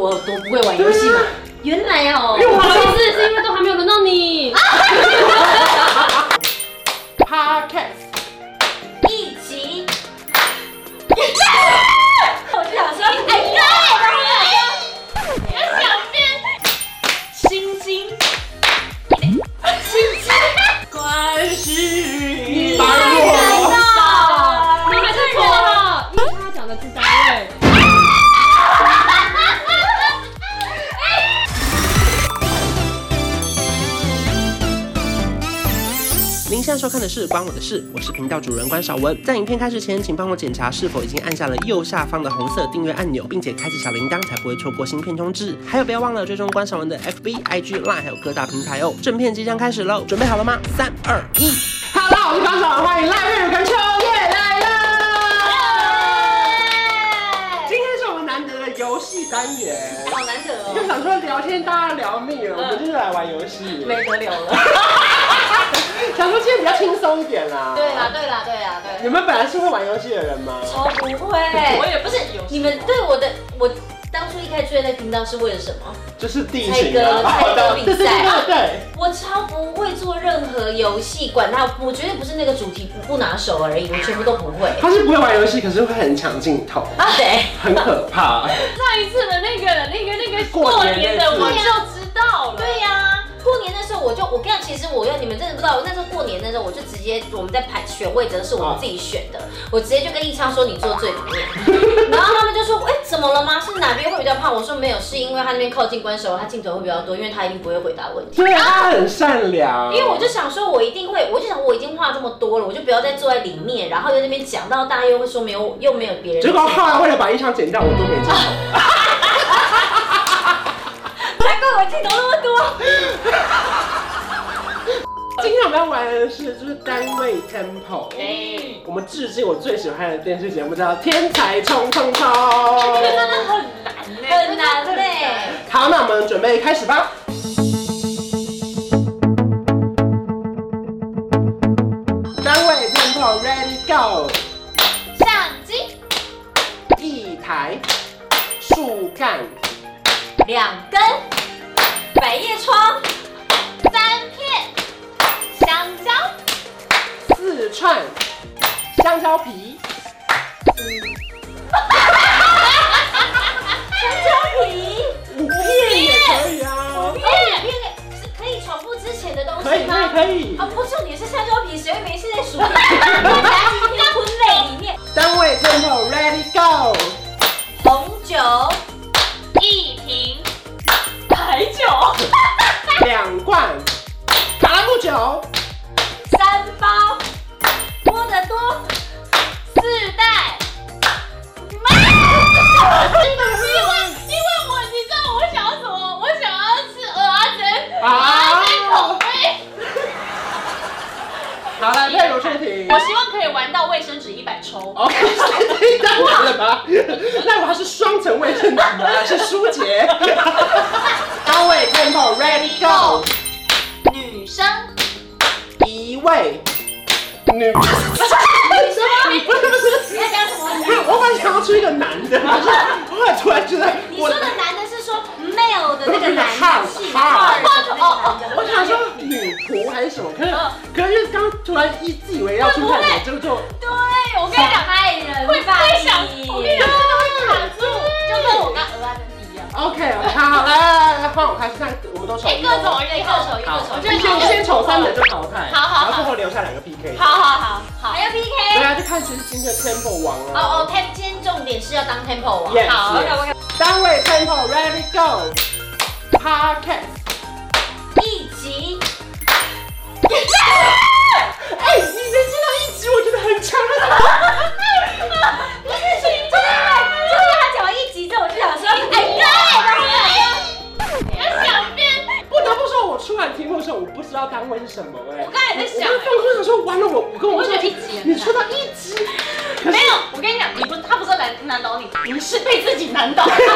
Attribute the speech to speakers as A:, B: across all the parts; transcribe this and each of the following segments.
A: 我有多不会玩游戏嘛。原来哦、
B: 因为我
C: 不
B: 不
C: 好
B: 知道
C: 意思，是因为都还没有轮到你。
B: podcast，
A: 一起。我就想说，哎呀，
C: 小编，
A: 星星，星星，
B: 关系
A: 太难
B: 我，
A: 了，
C: 你还是错了，因为他讲的是单 位。
D: 您现在收看的是《关我的事》，我是频道主人关少文。在影片开始前，请帮我检查是否已经按下了右下方的红色订阅按钮，并且开启小铃铛，才不会错过新片通知。还有，不要忘了追踪关少文的 FB、IG、Line，还有各大平台哦。正片即将开始喽，准备好了吗？三、二、一。
B: 哈喽，我是高爽，欢迎赖瑞跟秋叶来了。今天是我们难得的游戏单元，
A: 好难得
B: 就
A: 哦，
B: 想说聊天大家聊腻了，我们就是来玩游戏，
A: 没得聊了。
B: 想说今天比较轻松一点啦。
A: 对啊啦，对啦，对啦，对啦。
B: 你们本来是会玩游戏的人吗？
A: 超不会，
C: 我也不是有
A: 你们对我的我当初一开始追那频道是为了什么？
B: 就是地
A: 猜
B: 形
A: 歌
B: 啊，
A: 猜歌比
B: 对对
A: 赛。
B: 对 对。
A: 我超不会做任何游戏，管它，我绝对不是那个主题不不拿手而已，我全部都不会。
B: 他是不会玩游戏，可是会很抢镜头，
A: 对，
B: 很可怕。
C: 上一次的那个、那个、那个
B: 过
C: 过
B: 年
C: 年
B: 那
C: 的，
B: 次
C: 我就知道了。
A: 对呀、过年那时候我就我跟你讲，其实我要你们真的不知道，那时候过年那时候我就直接我们在排选位置的是我们自己选的，我直接就跟易昌说你坐最里面， 然后他们就说哎、怎么了吗？是哪边会比较胖？我说没有，是因为他那边靠近关手，他镜头会比较多，因为他一定不会回答问题。
B: 对，他很善良。
A: 因为我就想说，我一定会，我就想我已经画这么多了，我就不要再坐在里面，然后在那边讲到大家又会说没有，又没有别人。
B: 结果后来为了把音响剪掉，我都没 镜头。
A: 难怪我镜头那么多。
B: 今天我们要玩的是就是单位 Temple。
C: 哎，
B: 我们致敬我最喜欢的电视节目叫《天才冲冲 冲》。
C: 这个真的很难呢，
A: 很难呢
B: 好，那我们准备开始吧。单位 Temple Ready Go，
C: 相机
B: 一台树干，
A: 两根百叶窗，
C: 三片香蕉，
B: 四串香蕉皮。
A: 香蕉皮，
B: 五片也可以啊，
A: 哦，你那个是可以重复之前的东
B: 可以
A: 西
B: 可以
A: 吗？
B: 可以
A: 啊，。不重点是香蕉皮，谁会没事在数？ 你夹进 一片分类里面，
B: 单位最后 ready go，
A: 红酒、
C: 一瓶白酒，
B: 两罐卡拉木酒，
A: 三包，摸得多，
C: 四袋。因为因为我你知道我想要什么？我想要吃蚵仔煎，
B: 啊
C: 蚵仔煎口味。
B: 好了，配罗翠婷
C: 我。希望可以玩到卫生纸一百抽。
B: OK，太完了吧？哦 那我还是双层卫生纸吗？是舒洁。单位最后 ready go，
C: 女生，
B: 一位女，
A: 你说
B: 你不是不是
A: 你，在讲什么？
B: 不是，我本来想要出一个男的，可是我突然觉得
A: 你
B: 我
A: 说。的男的是说 male 的那个男性，
B: 哈
A: 哦哦，
B: 我想说女仆还是什么，可是
C: 嗯
B: 可是刚突然一自以为要出太奶，就就
C: 对我跟你讲，
A: 害人
C: 会
A: 吧
C: 会想，
A: 你
C: 我跟你讲，真的会卡住，就跟我刚蚵仔煎一样。
B: OK，好，好来来来，换我开始，那我们都手
C: 哎，各种一个手一
B: 好
C: 个手，，
B: 先先丑三人就淘汰，
C: 好好好
B: 然后最后留下两个 PK，
C: 好，好好好
A: 还。要
B: 大
A: PK。
B: 家啊就看谁是今天的 Temple 王
A: 哦哦
B: 哦。
A: ，Tem 今天重点是要当 Temple 王。
B: Yes，
C: 好
B: yes 单位 Temple Ready Go。Podcast，
A: 一集，
B: 哎，你能知道一集我觉得很强啊的，
A: 不是，就是因为就是他讲完一集之后，我就想说，哎对，
C: 小编，
B: 不得不说，我出完题目的时候，我不知道单位是什么哎。
C: 我刚才在
B: 我
C: 想
B: 就，放空想说，完了，我我跟我
C: 我觉
B: 说
C: 得，一集
B: 你出到一集，可是
C: 没有，我跟你讲，你不，他不是难难倒你，你是被自己难 倒。我
A: 我被自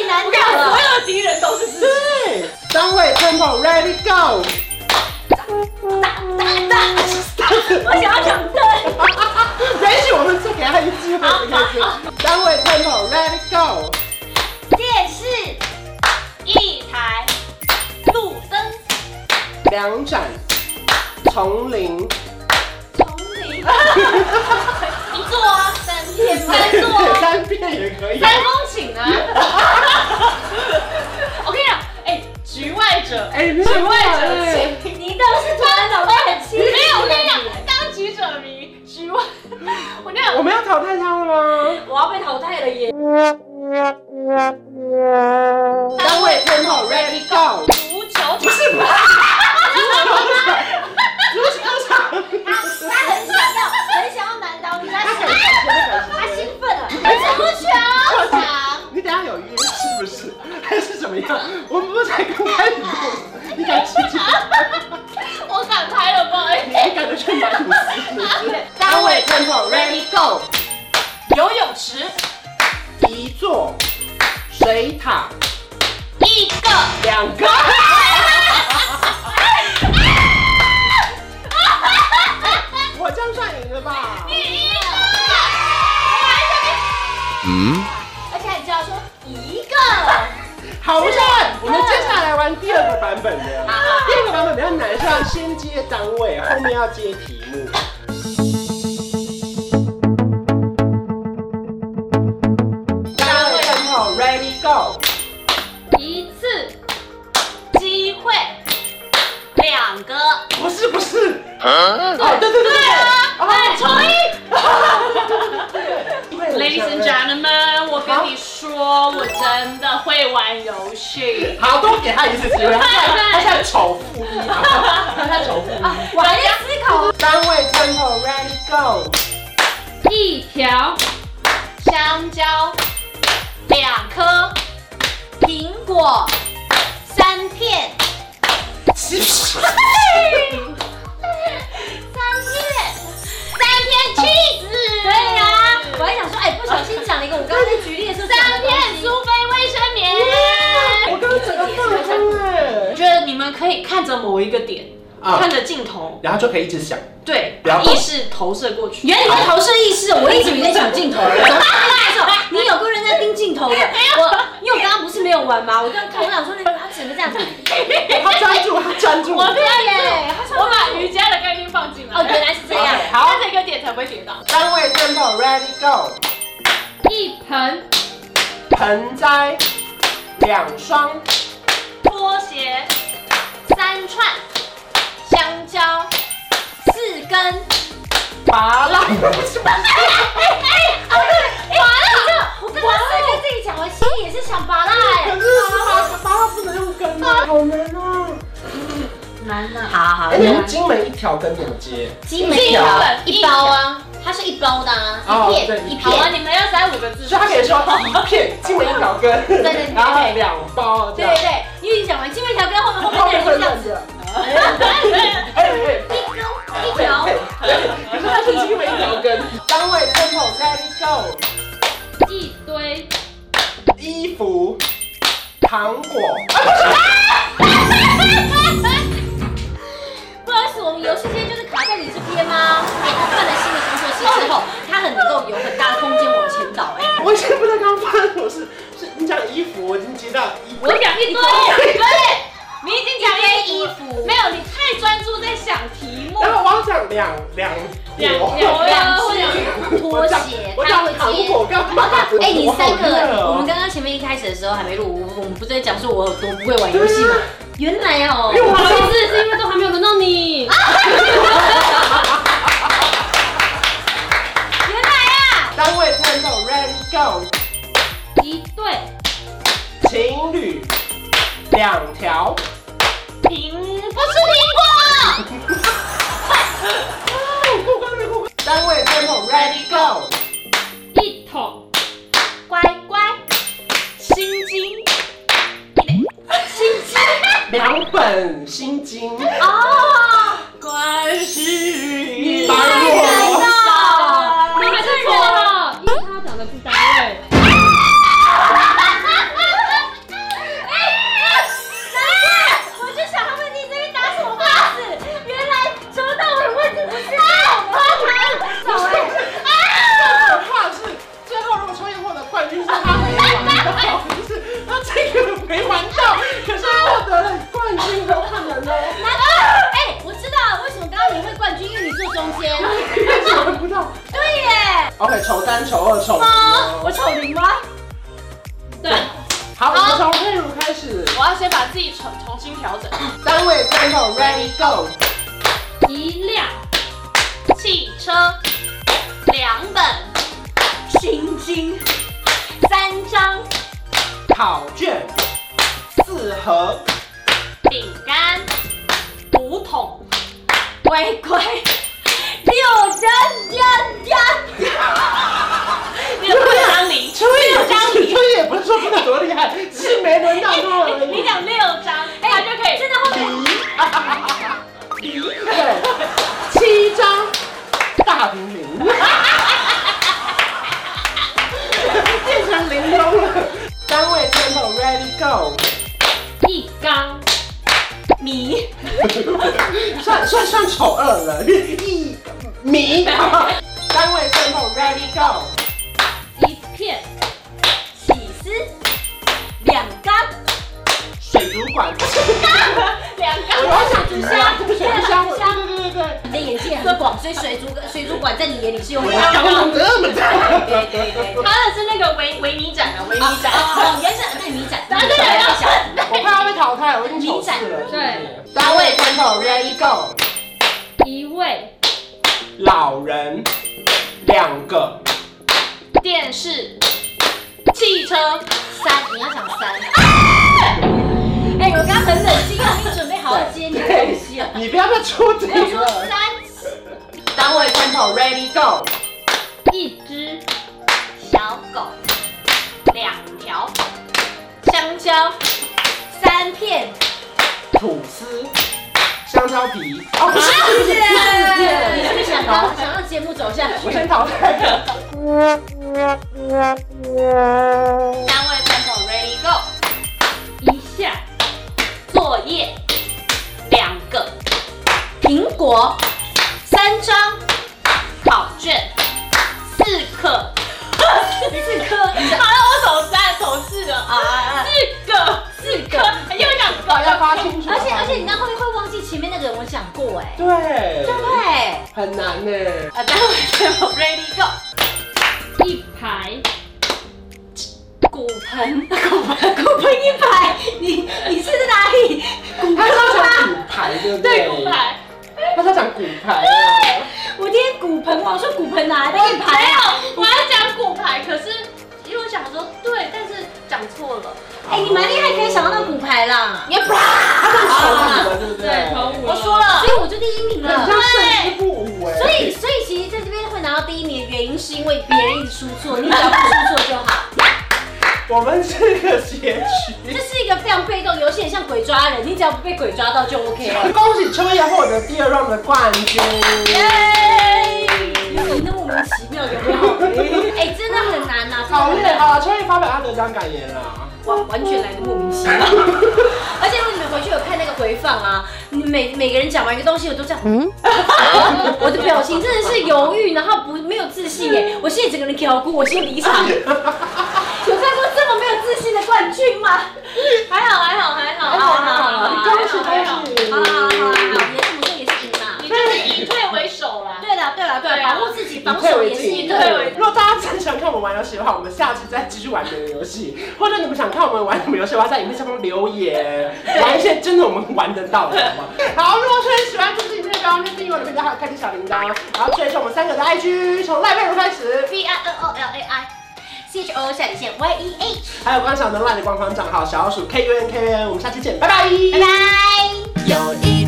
A: 己难
C: 跟你
A: 倒
C: 讲，所
A: 了。
C: 有的敌人都是自己。
B: 对，单位 Temple Ready Go。
A: 我想要讲对，
B: 允许我们再给他一个机会，一个机会。单位 Temple Ready Go。
A: 电视
B: 两盏丛林，
A: 丛林，
C: 一座啊，三
A: 天吗
C: 三座啊，
B: 三遍也可以。
C: 三公顷啊。 我跟你讲，哎，局外者，
B: 哎，没有
C: 局外者
B: 哎
C: 清。
A: 你倒是突然脑袋很清
C: 没
A: 晰。
C: 有，我跟你讲，当局者迷，局外，我跟你讲
B: 哎我，们要淘汰他了吗？
A: 我要被淘汰了耶！
B: 单位 tempo ready go，
C: 足球场。
B: 足球场。
A: 他他很想要，很想要难倒
C: 哎
A: 你，他
B: 他很
A: 兴他
B: 开心，他很开心。
A: 兴奋了，
C: 啊
A: 足球场。
B: 你等一下有约是不是？还是怎么样？我们不是才刚开始录，你敢直接？
C: 我敢拍了，不好意啊
B: 你
C: 思。
B: 敢得 去买吐司？
C: 单位
B: tempo ready go，
C: 游泳池
B: 一座水塔，
C: 一个，
B: 两个。我这样算赢了吧？
C: 一个，我
A: 而且你知道说一个，
B: 好不算，我们接下来玩第二个版本的。第二个版本比较难，是要先接单位，后面要接题目。单位很好，Ready Go，
C: 还没一次机会，两个。
B: 不是不是，
E: Huh?
B: 哦对对对
C: 对啊，哎，重一。
B: 对
C: Ladies and gentlemen，我跟你说，我真的会玩游戏。
B: 好，多给他一次机会，他现在他现在丑负 一，好不好他现在丑负一。
C: 我还在思考。
B: 单位 Tempo Ready Go，
C: 一条香蕉，两颗苹果，三片。
A: 三天，
C: 三片 cheese，
A: 对呀、我还想说，哎、不小心讲了一个我刚刚在举例的时候讲
C: 三
A: 的东
C: 片
A: 西。
C: 苏菲卫生棉。
B: 我刚刚整个放空哎
C: 我，觉得你们可以看着某一个点，
B: 啊
C: 看着镜头，
B: 然后就可以一直想。
C: 对，
B: 不要
C: 把意识投射过去。
A: 原来你在投射意识，我一直以为你在想镜头。我从刚刚开始，你有个人在盯镜头的。我，因为我刚刚不是没有玩吗？我刚头想说，那个他整个这样子。
B: 他专注，他专注。
C: 我不要
A: 耶
C: 耶！我把瑜伽的概念放进来。
A: 哦，原来是这样。
B: OK，好，
C: 看着一个点才不会跌倒。
B: 单位 tempo ready go，
C: 一盆
B: 盆栽，两双，
C: 拖鞋，三串香蕉，四根。
B: 拔 蜡，不是拔
A: 完了，我刚刚随便自己讲，我心里也是想拔蜡哎。
B: 可是拔拔蜡不能用根啊，好难啊！
C: 难呐。
A: 好好
B: 哎，你们金门一条根怎么接？
A: 金门
C: 一本
A: 一包啊，它是一包的啊，
B: 哦
A: 一
B: 对
A: 片一
C: 好啊，
A: 片。
C: 你们要塞五个字。
B: 所以他可以说一片金门一条根，对
A: 对对
B: 然后两包这
A: 对
B: 样
A: 对。对，你已经讲完金门条跟后面后
B: 后
A: 面
B: 面
A: 的
B: 会
A: 人这样
B: 乱
A: 子。
B: 的，哎哎
A: 一根一 条
B: 哎，可是它是金门一条根。单位 tempo ready go，
C: 一堆
B: 衣服，糖果，
A: 不好意思，我们游戏今天就是卡在你这边吗？哎、他换了新的工作室
C: 哦
A: 之后，他很能够有很大的空间往前找、哎，
B: 我现在不知道刚刚发生什么事，是你讲衣服，我已经接到衣服
C: 我。讲一堆，不是，你已经讲一堆衣服，没有，你太专注在想题目。
B: 然后我要讲两两
C: 两
B: 国
C: 两
A: 两
C: 我讲
A: 只拖鞋，
B: 我
A: 他
B: 讲
A: 会
B: 糖
A: 接。
B: 果干嘛？
A: 哎、你
B: 我好
A: 三
B: 热
A: 个，
B: 哦
A: 我们刚刚前面一开始的时候还没录，我我们不是在讲说我有多不会玩游戏吗？原来哦、
B: 因为我
C: 不好
B: 不知道
C: 意思，是因为都还没有轮到你。
A: 原来啊，
B: 单位 tempo ready go，
C: 一对
B: 情侣两条，
C: 苹，不是苹果，
B: 单位 tempo ready go，
C: 一桶乖乖心经，心经
B: 两本心经，
C: 哦，关是
B: 一般
C: 来
B: 我
C: 的，你们是错了，因为他讲的是单位。
A: 我就想他们你这边打什么官司？原来从头到尾问题不是我们哎。
B: 可怕的是，最后如果抽烟获得冠军是他没玩到，就是他这个没玩到，可是他获得了冠军，有可能哦。
A: 那
B: 丑三、丑二、丑五
C: 啊，我
B: 哦。
C: 丑零吗？对，
B: 好，我们
C: 好
B: 从佩如开始。
C: 我要先把自己重重新调整。
B: 单位箭头 ready go。
C: 一辆汽车，两本心经，三张
B: 考卷。四盒。
C: 饼干，五桶龟龟，六张张张，六张零，六张
B: 春
C: 零。
B: 春也不是说不能多厉害，只是没轮到多而
C: 你
B: 已。
C: 讲六张，他就哎可以。真的会
B: 对，七张大平零，变成零钟了。单位箭头 ready go。
C: 一缸米，
B: 算算算丑二了， 一米。单位箭头 ready go。
C: 一片起司，两缸
B: 水族馆，
C: 两
B: 我
C: 缸
B: 要想水族箱，水族箱，对对对对
A: 你的眼界很广，所以水族水族馆在你眼里是有很
B: 对，
A: 大的
B: 我刚刚这么
A: 对
B: 大。
A: 对对对。
C: 他的是那个维维尼展啊，维尼展。
A: 哦，原来是对米展，
C: 对对对
B: 我快要被淘汰了，我已经丑四了。
C: 对，
B: 单位箭头 ready go。
C: 一位
B: 老人，两个。
C: 电视，汽车，
A: 三，你要讲三。哎，我刚刚很冷静，我已经准备好好接你的东西了。
B: 你不要再出题
C: 我说
B: 了。
C: 三，
B: 单位箭头 ready go，
C: 一只小狗，两条香蕉，
A: 三片，
B: 吐司，香蕉皮。哦，不是，不是，
A: 你是不是想让想让节目走下去
B: 我？先淘汰 了。
C: 单位分手 ready go，一下作业，两个
A: 苹果，
C: 三张考卷，四克，
A: 四颗，
C: 好了，我手三手四了啊，
A: 啊，
C: 四个四个，又想
B: 大家发清楚。
A: 而且而且你刚刚会会忘记前面那个我讲过哎，
B: 对
A: 对不对？
B: 很难呢。
C: 啊，待会先我 ready go。一排骨盆，骨盆，
A: 骨盆一排，你你是在哪里？骨
B: 他
A: 盆
B: 是要
A: 吗？
B: 讲骨牌，对不
C: 对
B: 对？
C: 骨牌，
B: 他是要讲骨牌啊。
A: 我今天骨盆，我说骨盆哪来的一
C: 没
A: 排
C: 有
A: 啊？，
C: 我要讲骨牌，可是因为我想说对，但是讲错了。
A: 哎，你蛮厉害，可以想到那骨牌啦。
B: 你啪，他是丑五了，对不对？
C: 五我我说说
A: 所
C: 了，
A: 以我就第一名
B: 很
A: 了。
B: 像胜之不武哎。
A: 所以，所以其实在这边会拿到第一名的原因，是因为别人一直输错，你只要不输错就好。
B: 我们这个结
A: 这
B: 局。
A: 是一个非常被动，游戏很像鬼抓人，你只要不被鬼抓到就 OK 了。
B: 恭喜秋叶获得第二 round 的冠军。
A: 你那莫名其妙有没有？哎，真的很难呐、
B: 好
A: 真
B: 嘞，
A: 的很难
B: 好了，秋叶发表他得奖感言啊啦。
A: 完完全来的莫名其妙。而且如果你们回去有看那个回放啊，你每每个人讲完一个东西，我都这样，嗯，我的表情真的是犹豫，然后不没有自信耶，我现在整个人调哭，我先离场。有看过这么没有自信的冠军吗？
C: 还好还好还好，
A: 好好好好
B: 恭喜恭喜！
A: 好好好好好，也这么说也是赢啦。
C: 你就是以退为守啦。
A: 对啦对啦对
C: 对
A: 啦，
C: 啊
A: 保护自己，防守也是一
C: 以退
A: 个。
C: 为
B: 如果大家真的想看我们玩游戏的话，我们下次再继续玩别的游戏，或者你们想看我们玩什么游戏的话，在影片下方留言，玩一些真的我们玩得到的，好吗？好，如果是喜欢这支影片，不要忘记订阅我的频道，还有开启小铃铛，然后追踪我们三个的 IG，从赖佩如开始，
A: B E I N O L A I C H O 下底线 Y E H，
B: 还有观赏的赖的官方账号小老鼠 K U N K U N，我们下期见，拜拜，拜
A: 拜拜。
E: 有一。